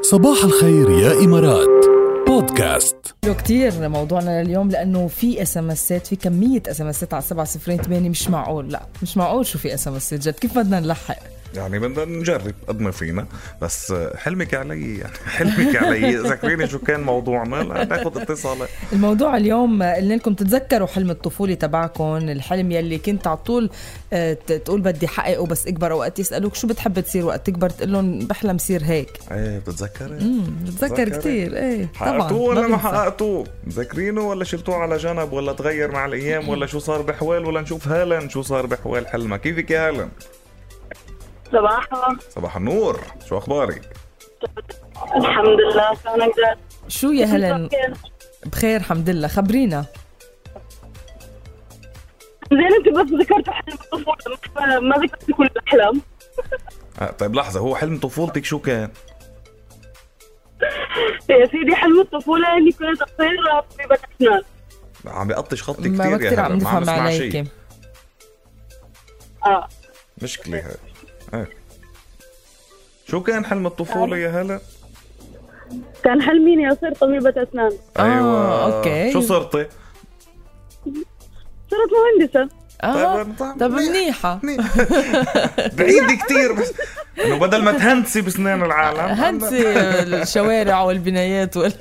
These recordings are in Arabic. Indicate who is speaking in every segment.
Speaker 1: صباح الخير يا إمارات بودكاست
Speaker 2: حلو كتير موضوعنا لليوم لانه في اس ام اسات في كميه اس ام اسات على 7028 مش معقول لا مش معقول شو في اس ام اسات جد كيف بدنا نلحق
Speaker 3: يعني بدنا نجرب قد ما فينا بس حلمك علي يعني حلمك علي ذكريني شو كان موضوعنا لناخذ اتصالات
Speaker 2: الموضوع اليوم قلنا لكم تتذكروا حلم الطفوله تبعكم الحلم يلي كنت على طول آه، ت- تقول بدي حققه بس اكبر اوقات يسالوك شو بتحب تصير وقت تكبر تقول لهم بحلم صير هيك
Speaker 3: ايه بتتذكري؟
Speaker 2: امم بتذكر
Speaker 3: بتذكر.
Speaker 2: كثير ايه طبعا
Speaker 3: حققتوه ولا ما
Speaker 2: بننسى.
Speaker 3: حققتوه؟ مذكرينه ولا شلتوه على جنب ولا تغير مع الايام ولا شو صار بحوال ولا نشوف هلا شو صار بحوال حلمها كيفك يا هلا؟
Speaker 4: صباحا
Speaker 3: صباح النور شو اخبارك؟
Speaker 4: الحمد لله شو نقدر
Speaker 2: شو يا هلا بخير الحمد لله خبرينا
Speaker 4: زين انت بس ذكرت حلم الطفوله ما- ما ذكرت كل الاحلام
Speaker 3: آه طيب لحظه هو حلم طفولتك شو كان؟
Speaker 4: إيه يا سيدي حلم الطفوله اني كنت اصير طبيبه اسنان
Speaker 3: عم بقطش خطي كثير
Speaker 2: ما
Speaker 3: يا
Speaker 2: كثير
Speaker 3: هلا
Speaker 2: عم نفهم
Speaker 3: نسمع
Speaker 2: عليكي
Speaker 3: شي.
Speaker 4: اه
Speaker 3: مشكله هاي آه. شو كان حلم الطفوله يا هلا؟
Speaker 4: كان حلمي اني اصير طبيبه اسنان
Speaker 2: آه، أوكي.
Speaker 3: أيوة. شو صرتي؟
Speaker 4: صرت مهندسه
Speaker 2: اه
Speaker 3: طيب، طيب،
Speaker 2: طب
Speaker 3: منيح.
Speaker 2: منيحه
Speaker 3: بعيد كتير بس انه بدل ما تهندسي بسنان العالم
Speaker 2: هندسي آه، الشوارع والبنايات وال...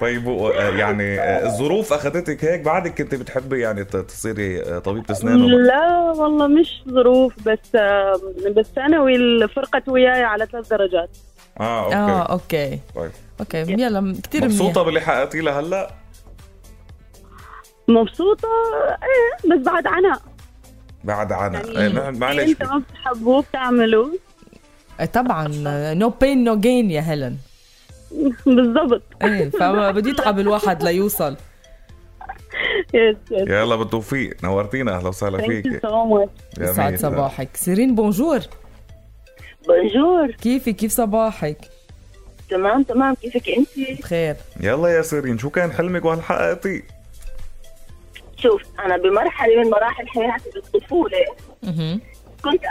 Speaker 3: طيب و- آه، يعني آه، الظروف اخذتك هيك بعدك كنت بتحبي يعني ت- تصيري آه، طبيبة اسنان وب-
Speaker 4: لا والله مش ظروف بس آه، بس ثانوي الفرقة وياي على ثلاث درجات
Speaker 3: اه اوكي
Speaker 2: اه اوكي
Speaker 3: طيب
Speaker 2: اوكي يلا كثير منيح
Speaker 3: مبسوطة باللي حققتيه لهلا
Speaker 4: مبسوطة ايه بس بعد عناء
Speaker 3: بعد عنا
Speaker 4: يعني
Speaker 3: آه، نحن معلش
Speaker 4: انت ما بتحبوه بتعملوه
Speaker 2: آه، طبعا نو بين نو جين يا هيلين
Speaker 4: بالضبط
Speaker 2: ايه فبده يتعب الواحد ليوصل
Speaker 4: يس يس
Speaker 3: يلا بالتوفيق نورتينا اهلا وسهلا
Speaker 4: ثانك يو
Speaker 3: فيك
Speaker 4: سو ماتش
Speaker 3: يا
Speaker 2: يسعد
Speaker 3: ميت.
Speaker 2: صباحك سيرين بونجور
Speaker 4: بونجور
Speaker 2: كيفك كيف صباحك
Speaker 4: تمام تمام كيفك انت؟
Speaker 2: بخير
Speaker 3: يلا يا سيرين شو كان حلمك وهل حققتيه؟
Speaker 4: شوف انا بمرحله من مراحل حياتي بالطفوله
Speaker 2: مهم.
Speaker 4: كنت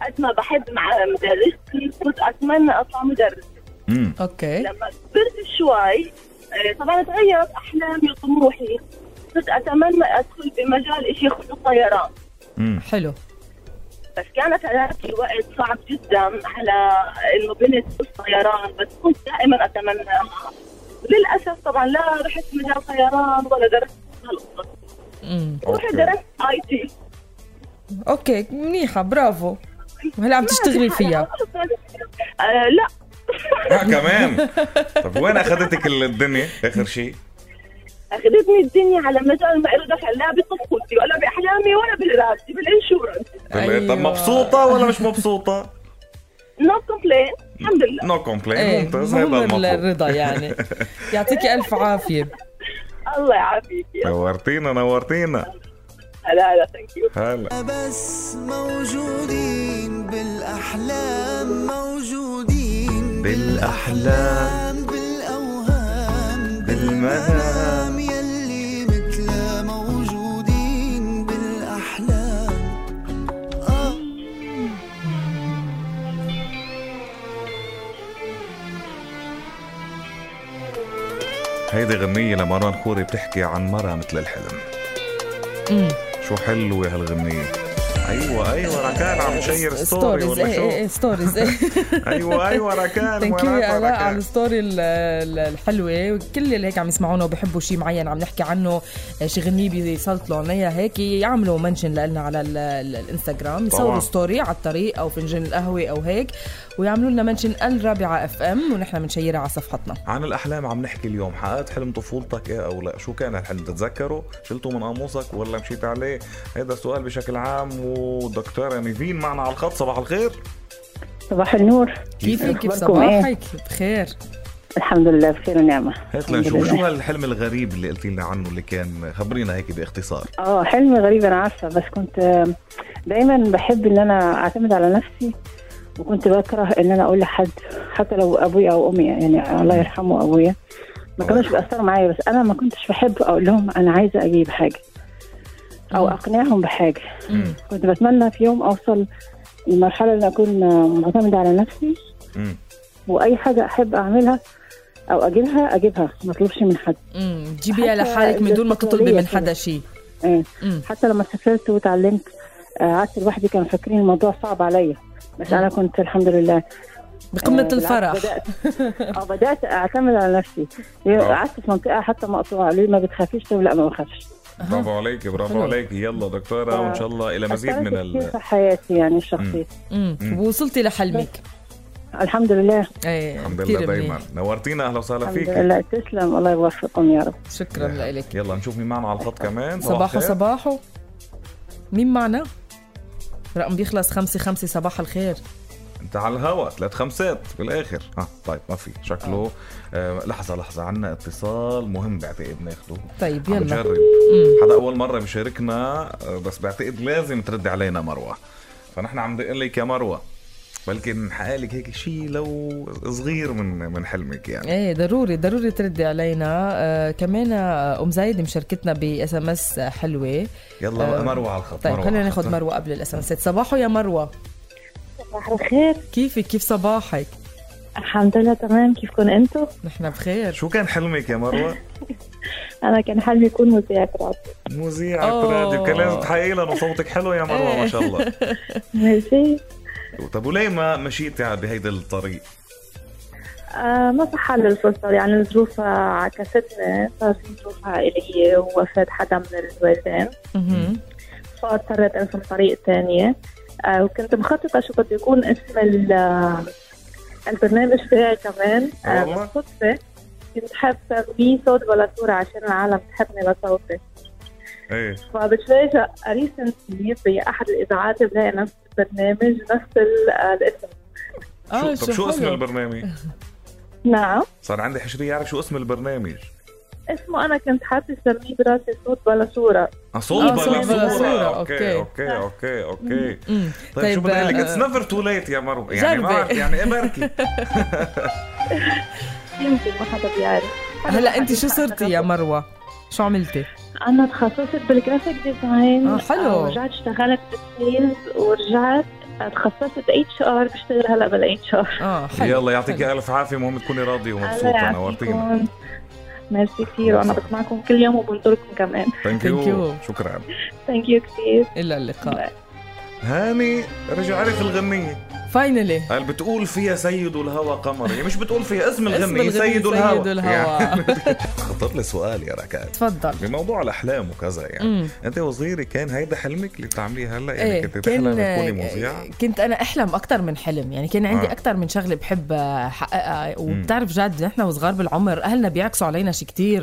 Speaker 4: قد ما بحب مع مدرستي كنت اتمنى اطلع مدرس
Speaker 3: امم
Speaker 2: اوكي
Speaker 4: لما كبرت شوي آه، طبعا تغيرت احلامي وطموحي كنت اتمنى ادخل بمجال إشي يخص الطيران
Speaker 3: امم
Speaker 2: حلو
Speaker 4: بس كانت هذاك الوقت صعب جدا على انه بنت الطيران بس كنت دائما اتمناها للاسف طبعا لا رحت مجال طيران ولا درست هالقصص
Speaker 2: مم.
Speaker 4: رحت درست اي تي
Speaker 2: اوكي منيحه برافو وهلا عم تشتغلي فيها
Speaker 4: آه لا
Speaker 3: آه كمان طب وين اخذتك الدنيا اخر شيء؟
Speaker 4: اخذتني الدنيا على مجال ما له دخل لا بطفولتي ولا باحلامي ولا براسي بالانشورنس
Speaker 3: بال- طب
Speaker 2: أيوة.
Speaker 3: مبسوطة ولا مش مبسوطة؟
Speaker 4: نو كومبلين الحمد لله
Speaker 3: نو كومبلين
Speaker 2: ايه
Speaker 3: ممتاز هذا
Speaker 2: مهم
Speaker 3: المطلوب
Speaker 2: الرضا يعني يعطيكي الف عافيه
Speaker 4: الله يعافيك يا
Speaker 3: نورتينا نورتينا
Speaker 4: هلا هلا ثانك يو
Speaker 3: هلا
Speaker 5: بس موجودين بالأحلام موجودين
Speaker 3: بالأحلام
Speaker 5: بالأحلام بالأوهام
Speaker 3: بالمنام
Speaker 5: بالمنام يلي متلا موجودين بالأحلام آه
Speaker 3: هيدي غنية لمروان خوري بتحكي عن مرة مثل الحلم
Speaker 2: مم.
Speaker 3: شو حلوة هالغنية ايوه ايوه ركان عم تشير ستوري
Speaker 2: ستوريز
Speaker 3: ولا
Speaker 2: ايه ايه
Speaker 3: شو
Speaker 2: ايه ستوريز ايه
Speaker 3: ايوه ايوه ركان
Speaker 2: ثانك يو يا
Speaker 3: ويناتها
Speaker 2: الاء على
Speaker 3: ركان
Speaker 2: الستوري ال- ال- الحلوه كل اللي هيك عم يسمعونا وبحبوا شيء معين عم نحكي عنه آه، شي غنية بيسلطوا لنا اياها هيك يعملوا منشن لنا على ال- ال- الانستغرام يصوروا
Speaker 3: طبعاً.
Speaker 2: ستوري على الطريق او فنجان القهوه او هيك ويعملوا لنا منشن الرابعه اف ام ونحن بنشيرها على صفحتنا
Speaker 3: عن الاحلام عم نحكي اليوم حققت حلم طفولتك ايه او لا شو كان الحلم تتذكره شلته من قاموسك ولا مشيت عليه هيدا السؤال بشكل عام ودكتورة نيفين معنا على الخط صباح الخير
Speaker 6: صباح النور
Speaker 2: كيفك كيف
Speaker 6: أخباركم إيه؟
Speaker 2: صباحك بخير
Speaker 6: الحمد لله بخير ونعمة
Speaker 3: هات
Speaker 6: الحمد
Speaker 3: لنشوف شو
Speaker 6: لله.
Speaker 3: هالحلم الغريب اللي قلتي لنا عنه اللي كان خبرينا هيك باختصار
Speaker 6: اه حلمي غريب انا عارفة بس كنت دايما بحب ان انا اعتمد على نفسي وكنت بكره ان انا اقول لحد حتى لو ابويا او امي يعني الله يرحمه ابويا ما كانوش بيأثروا معايا بس انا ما كنتش بحب اقول لهم انا عايزة اجيب حاجة او
Speaker 2: مم.
Speaker 6: اقنعهم بحاجة
Speaker 3: مم.
Speaker 6: كنت بتمنى في يوم اوصل المرحله اللي اكون معتمده على نفسي
Speaker 3: مم.
Speaker 6: واي حاجه احب اعملها او اجيبها اجيبها ما اطلبش من حد
Speaker 2: امم جيبيها
Speaker 6: حتى
Speaker 2: لحالك من دون ما تطلبي من
Speaker 6: الاستقلالية
Speaker 2: حدا
Speaker 6: كمان.
Speaker 2: شيء
Speaker 6: آه.
Speaker 2: امم
Speaker 6: حتى لما سافرت وتعلمت آه، قعدت لوحدي كانوا فاكرين الموضوع صعب عليا بس
Speaker 2: مم.
Speaker 6: انا كنت الحمد لله آه،
Speaker 2: بقمه
Speaker 6: بالعكس
Speaker 2: الفرح
Speaker 6: بدات اه بدات اعتمد على نفسي يعني
Speaker 3: آه.
Speaker 6: قعدت في منطقه حتى مقطوعه ليه ما بتخافيش طب لا ما بخافش
Speaker 3: برافو عليك برافو
Speaker 2: حلو.
Speaker 3: عليك يلا دكتوره وان شاء الله الى مزيد
Speaker 6: أثرت
Speaker 3: من
Speaker 6: كتير
Speaker 3: ال
Speaker 6: في حياتي يعني الشخصيه
Speaker 2: امم
Speaker 3: مم.
Speaker 2: ووصلتي لحلمك
Speaker 6: الحمد لله
Speaker 2: ايه
Speaker 3: الحمد
Speaker 2: كتير
Speaker 3: لله دايما
Speaker 2: منيح.
Speaker 3: نورتينا اهلا وسهلا
Speaker 6: الحمد
Speaker 3: فيك
Speaker 6: لله تسلم الله يوفقكم يا رب
Speaker 2: شكرا لك
Speaker 3: يلا نشوف مين معنا على الخط كمان
Speaker 2: صباحو
Speaker 3: الخير.
Speaker 2: صباحو مين معنا؟ رقم بيخلص خمسة خمسة صباح الخير
Speaker 3: انت على الهوا ثلاث خمسات بالاخر ها طيب ما في شكله آه لحظه لحظه عنا اتصال مهم بعتقد ناخده
Speaker 2: طيب
Speaker 3: عم
Speaker 2: يلا
Speaker 3: نجرب
Speaker 2: مم.
Speaker 3: حدا اول مره بيشاركنا آه، بس بعتقد لازم ترد علينا مروه فنحن عم دق لك يا مروه بلكي نحقق لك هيك شيء لو صغير من من حلمك يعني
Speaker 2: ايه ضروري ضروري تردي علينا آه كمان آه، ام زايد مشاركتنا باس ام اس حلوه
Speaker 3: يلا
Speaker 2: آه،
Speaker 3: مروه على الخط
Speaker 2: طيب
Speaker 3: مروة
Speaker 2: خلينا
Speaker 3: على
Speaker 2: ناخذ
Speaker 3: الخط.
Speaker 2: مروه قبل الاس ام اسات صباحو يا مروه
Speaker 4: صباح الخير
Speaker 2: كيفك كيف صباحك؟
Speaker 4: الحمد لله تمام كيفكم انتم
Speaker 2: نحن بخير
Speaker 3: شو كان حلمك يا مروه؟
Speaker 4: انا كان حلمي اكون مذيعة راديو
Speaker 3: مذيعة
Speaker 2: أوه. آه.
Speaker 3: راديو كان لازم تحققي لنا صوتك حلو يا مروه ما شاء الله
Speaker 4: ماشي
Speaker 3: طب وليه ما مشيتي على بهيدا الطريق؟
Speaker 4: آه ما صح لي الفرصة يعني الظروف آه، عكستني صار في ظروف عائلية ووفاة حدا من الوالدين
Speaker 2: مهم.
Speaker 4: فاضطريت ارسم طريق تانية آه وكنت مخططة شو بده يكون اسم ال- آه، البرنامج تاعي كمان آه
Speaker 3: والله.
Speaker 4: بالصدفة كنت حابة اسميه صوت بلا صورة عشان العالم تحبني لصوتي
Speaker 3: ايه
Speaker 4: فبتفاجئ ريسنتلي بأحد الإذاعات بلاقي نفس البرنامج نفس ال- آه، الاسم
Speaker 2: اه
Speaker 3: شو طب شو اسم
Speaker 2: حلو.
Speaker 3: البرنامج؟
Speaker 4: نعم
Speaker 3: صار عندي حشرية أعرف شو اسم البرنامج
Speaker 4: اسمه أنا كنت حاطة اسميه براسي صوت بلا صورة
Speaker 3: آه، صوت
Speaker 2: آه،
Speaker 3: بلا
Speaker 2: صوت بلا صورة،
Speaker 3: صورة أوكي
Speaker 2: أوكي.
Speaker 3: أوكي أوكي أوكي
Speaker 2: مم.
Speaker 3: طيب شو بدي أقول لك اتس
Speaker 2: آه،
Speaker 3: نيفر تو ليت يا مرو يعني
Speaker 2: جربي.
Speaker 3: ما
Speaker 2: طيب.
Speaker 3: بعرف، يعني إيه بركي
Speaker 4: يمكن ما حدا بيعرف
Speaker 2: هلا انت شو صرتي يا مروه؟ شو عملتي؟
Speaker 4: أنا تخصصت بالجرافيك ديزاين
Speaker 2: آه، حلو.
Speaker 4: ورجعت اشتغلت بالسيلز ورجعت تخصصت اتش ار بشتغل هلا بالاتش ار
Speaker 2: اه حلو
Speaker 3: يلا يعطيك ألف عافية المهم تكوني راضية ومبسوطة نورتينا
Speaker 4: ميرسي كثير وأنا بسمعكم كل يوم وبنطركم كمان
Speaker 3: ثانك
Speaker 2: Thank
Speaker 3: يو
Speaker 2: you.
Speaker 3: شكرا
Speaker 4: ثانك يو كثير
Speaker 2: الى اللقاء
Speaker 3: هاني رجع عرف الغنية
Speaker 2: فاينلي
Speaker 3: قال بتقول فيها سيد الهوى قمر يعني مش بتقول فيها
Speaker 2: اسم
Speaker 3: اسم الغنية
Speaker 2: الغنية
Speaker 3: سيد
Speaker 2: سيد
Speaker 3: الهوى يعني
Speaker 2: الهوى
Speaker 3: خطر لي سؤال يا ركال
Speaker 2: تفضل
Speaker 3: بموضوع الأحلام وكذا يعني
Speaker 2: مم.
Speaker 3: انت وصغيره كان هيدا حلمك اللي بتعمليه هلا يعني
Speaker 2: ايه
Speaker 3: كنت تحلم تكوني
Speaker 2: كان آه،
Speaker 3: مذيعه
Speaker 2: كنت انا احلم اكثر من حلم يعني كان عندي
Speaker 3: آه.
Speaker 2: اكثر من شغله بحب احققها
Speaker 3: مم.
Speaker 2: وبتعرف جد نحن وصغار بالعمر اهلنا بيعكسوا علينا شيء كثير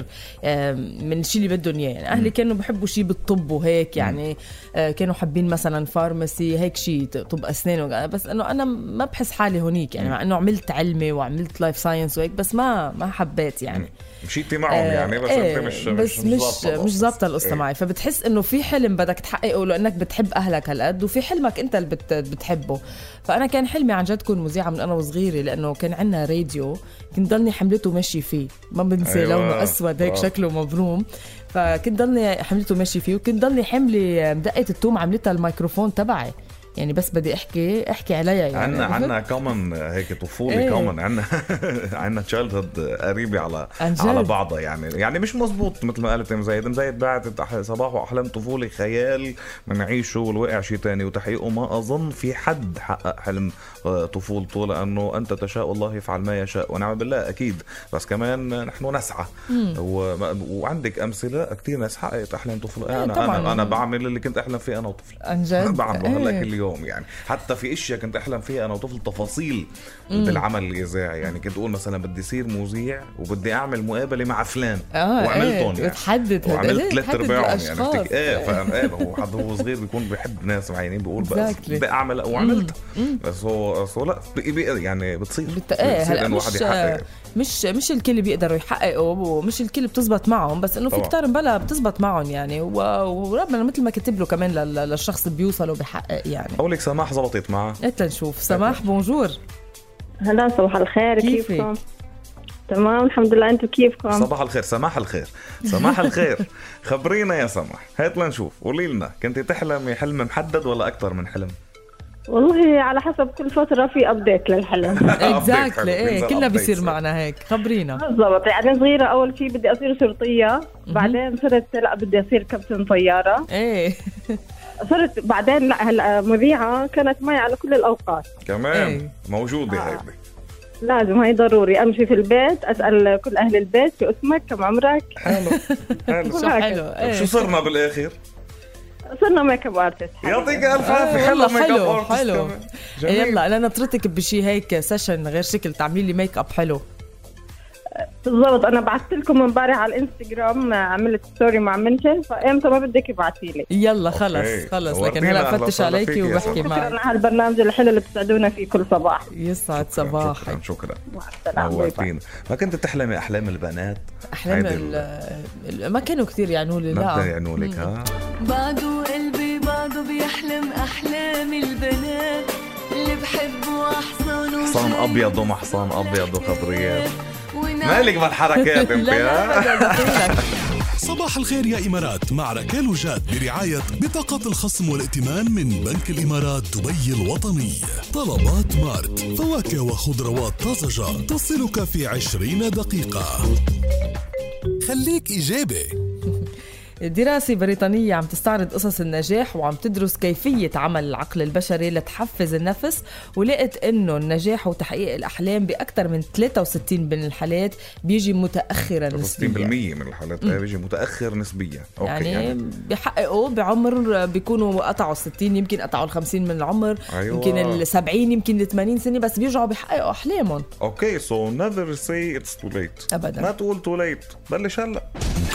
Speaker 2: من الشيء اللي بدهم اياه يعني اهلي
Speaker 3: مم.
Speaker 2: كانوا بحبوا شيء بالطب وهيك يعني آه، كانوا حابين مثلا فارماسي هيك شيء طب اسنان وغ- بس انه انا ما بحس حالي هونيك يعني
Speaker 3: مم.
Speaker 2: مع انه عملت علمي وعملت لايف ساينس وهيك بس ما ما حبيت يعني
Speaker 3: مشيتي معهم يعني بس انت مش
Speaker 2: آه، بس مش
Speaker 3: ظابطة
Speaker 2: مش ظابطه القصه
Speaker 3: إيه.
Speaker 2: معي فبتحس انه في حلم بدك تحققه لانك بتحب اهلك هالقد وفي حلمك انت اللي بت بتحبه فانا كان حلمي عن جد كون مذيعه من انا وصغيره لانه كان عندنا راديو كنت ضلني حملته ماشي فيه ما بنسى
Speaker 3: أيوة.
Speaker 2: أيوة. لونه اسود هيك
Speaker 3: واو.
Speaker 2: شكله مبروم فكنت ضلني حملته ماشي فيه وكنت ضلني حملي مدقه التوم عملتها الميكروفون تبعي يعني بس بدي احكي احكي عليها يعني
Speaker 3: عنا عنا كومن هيك
Speaker 2: إيه.
Speaker 3: طفوله كومن عنا عنا تشايلد هود قريبه على
Speaker 2: عن جد.
Speaker 3: على بعضها يعني يعني مش مزبوط مثل ما قالت ام زايد ام زايد بعتت أح- صباح واحلام طفوله خيال منعيشه والواقع شيء تاني وتحقيقه ما اظن في حد حقق حلم آه، طفولته لانه انت تشاء الله يفعل ما يشاء ونعم بالله اكيد بس كمان نحن نسعى و... وعندك امثله كثير ناس حققت احلام طفوله
Speaker 2: إيه،
Speaker 3: انا
Speaker 2: طبعاً.
Speaker 3: انا انا بعمل اللي كنت احلم فيه انا وطفل
Speaker 2: عن جد
Speaker 3: بعمله هلا
Speaker 2: إيه.
Speaker 3: كل يوم يعني حتى في اشياء كنت احلم فيها انا وطفل تفاصيل بالعمل الاذاعي يعني كنت اقول مثلا بدي صير مذيع وبدي اعمل مقابله مع فلان
Speaker 2: اه
Speaker 3: وعملتهم
Speaker 2: ايه.
Speaker 3: يعني
Speaker 2: بتحدد هيدا.
Speaker 3: وعملت
Speaker 2: ليه
Speaker 3: ثلاث
Speaker 2: بتحدد
Speaker 3: ارباعهم يعني
Speaker 2: إيه، الأشخاص؟
Speaker 3: بتك... ايه فاهم ايه هو حد هو صغير بيكون بيحب ناس معينين بيقول بقى
Speaker 2: Exactly.
Speaker 3: بدي اعمل وعملتها بس هو بس هو لا بي- بي- يعني بتصير
Speaker 2: بت... ايه
Speaker 3: بتصير
Speaker 2: هلا
Speaker 3: إنه واحد
Speaker 2: مش
Speaker 3: يحقق
Speaker 2: مش مش الكل بيقدروا يحققوا ومش الكل بتزبط معهم بس انه في
Speaker 3: طبعاً.
Speaker 2: كتار بلا بتزبط معهم يعني و... وربنا مثل ما كتب له كمان لل... للشخص اللي بيوصل وبيحقق يعني
Speaker 3: اقولك سماح زبطت معه
Speaker 2: هات لنشوف سماح بونجور
Speaker 4: هلا صباح الخير
Speaker 2: كيفك؟
Speaker 4: كيفكم تمام الحمد لله انتم كيفكم
Speaker 3: صباح الخير سماح الخير سماح الخير خبرينا يا سماح هات لنشوف قولي لنا كنت تحلمي حلم محدد ولا اكثر من حلم
Speaker 4: والله على حسب كل فترة في أبديت للحلم
Speaker 2: اكزاكتلي ايه
Speaker 3: بينزل
Speaker 2: كلها
Speaker 3: updates.
Speaker 2: بيصير معنا هيك خبرينا
Speaker 4: بالضبط يعني صغيرة أول شيء بدي أصير شرطية بعدين صرت لا بدي أصير كابتن طيارة
Speaker 2: ايه
Speaker 4: صرت بعدين لا هلا مذيعة كانت معي على كل الأوقات
Speaker 3: كمان
Speaker 2: إيه.
Speaker 3: موجوده
Speaker 4: آه.
Speaker 3: هيدي
Speaker 4: لازم هاي ضروري أمشي في البيت أسأل كل أهل البيت شو اسمك كم عمرك
Speaker 3: حلو حلو
Speaker 2: شو حلو ايه
Speaker 3: شو صرنا بالاخر؟
Speaker 4: صرنا ميك اب ارتست
Speaker 3: يعطيك الف
Speaker 2: آه،
Speaker 3: عافيه
Speaker 2: والله
Speaker 3: حلو ميك اب
Speaker 2: حلو،
Speaker 3: ارتست
Speaker 2: حلو.
Speaker 3: كمان.
Speaker 2: إيه
Speaker 3: جميل
Speaker 2: يلا انا نطرتك بشي هيك سيشن غير شكل تعملي لي ميك اب حلو
Speaker 4: بالضبط انا بعثت لكم امبارح على الانستغرام آه، عملت ستوري مع منشن فامتى ما بدك ابعتي لي
Speaker 2: يلا خلص
Speaker 3: أوكي.
Speaker 2: خلص لكن
Speaker 3: نورتينا،
Speaker 2: هلا
Speaker 3: أهلا
Speaker 2: فتش
Speaker 3: وسهلا
Speaker 2: عليكي
Speaker 3: فيكي يا
Speaker 2: وبحكي
Speaker 3: سلمى.
Speaker 4: شكرا على
Speaker 2: معك
Speaker 4: هالبرنامج الحلو اللي بتسعدونا فيه كل صباح
Speaker 2: يسعد
Speaker 3: شكرا
Speaker 2: صباحك
Speaker 3: شكرا شكرا
Speaker 4: مع السلامه باي باي.
Speaker 3: نورتينا ما كنت تحلمي احلام البنات
Speaker 2: احلام
Speaker 3: هيدي
Speaker 2: ال- ال- ما كانوا كثير يعنوا لي
Speaker 3: ما بدنا
Speaker 2: لا
Speaker 3: يعنوا لك ها
Speaker 7: بعده قلبي بعده بيحلم أحلام البنات اللي بحبه أحصانه
Speaker 3: حصان
Speaker 7: وجاي
Speaker 3: أبيض وما حصان أبيض وخبريات.
Speaker 7: ونعم
Speaker 3: مالك بالحركات انت
Speaker 2: لا
Speaker 3: ها
Speaker 2: لا أبداً، بقول لك.
Speaker 1: صباح الخير يا إمارات مع ركال وجاد برعاية بطاقة الخصم والائتمان من بنك الإمارات دبي الوطني طلبات مارت فواكه وخضروات طازجة تصلك في عشرين دقيقة خليك إيجابي
Speaker 2: دراسة بريطانية عم تستعرض قصص النجاح وعم تدرس كيفية عمل العقل البشري لتحفز النفس ولقت انه النجاح وتحقيق الاحلام باكثر من 63% من الحالات بيجي متاخرا
Speaker 3: 60%
Speaker 2: نسبيا
Speaker 3: من الحالات بيجي متاخر نسبيا اوكي
Speaker 2: يعني, بيحققوا بعمر بيكونوا قطعوا 60 يمكن قطعوا ال 50 من العمر
Speaker 3: أيوة.
Speaker 2: يمكن ال 70 يمكن ال 80 سنه بس بيرجعوا بيحققوا احلامهم
Speaker 3: اوكي سو نيفر سي اتس تو ليت
Speaker 2: أبداً.
Speaker 3: ما تقول تو ليت بلش هلا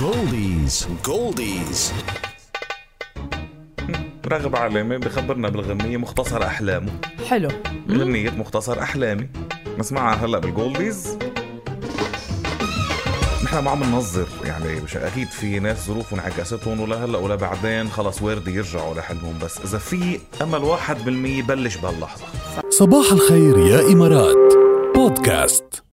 Speaker 1: جولديز جولديز
Speaker 3: رغب علامه بخبرنا بالغنيه مختصر احلامه
Speaker 2: حلو
Speaker 3: غنيه مختصر احلامي نسمعها هلا بالجولديز نحن ما عم ننظر يعني مش اكيد في ناس ظروف انعكستهم ولا هلا ولا بعدين خلص وارد يرجعوا لحلمهم بس اذا في امل 1% بلش بهاللحظه
Speaker 1: صباح الخير يا إمارات بودكاست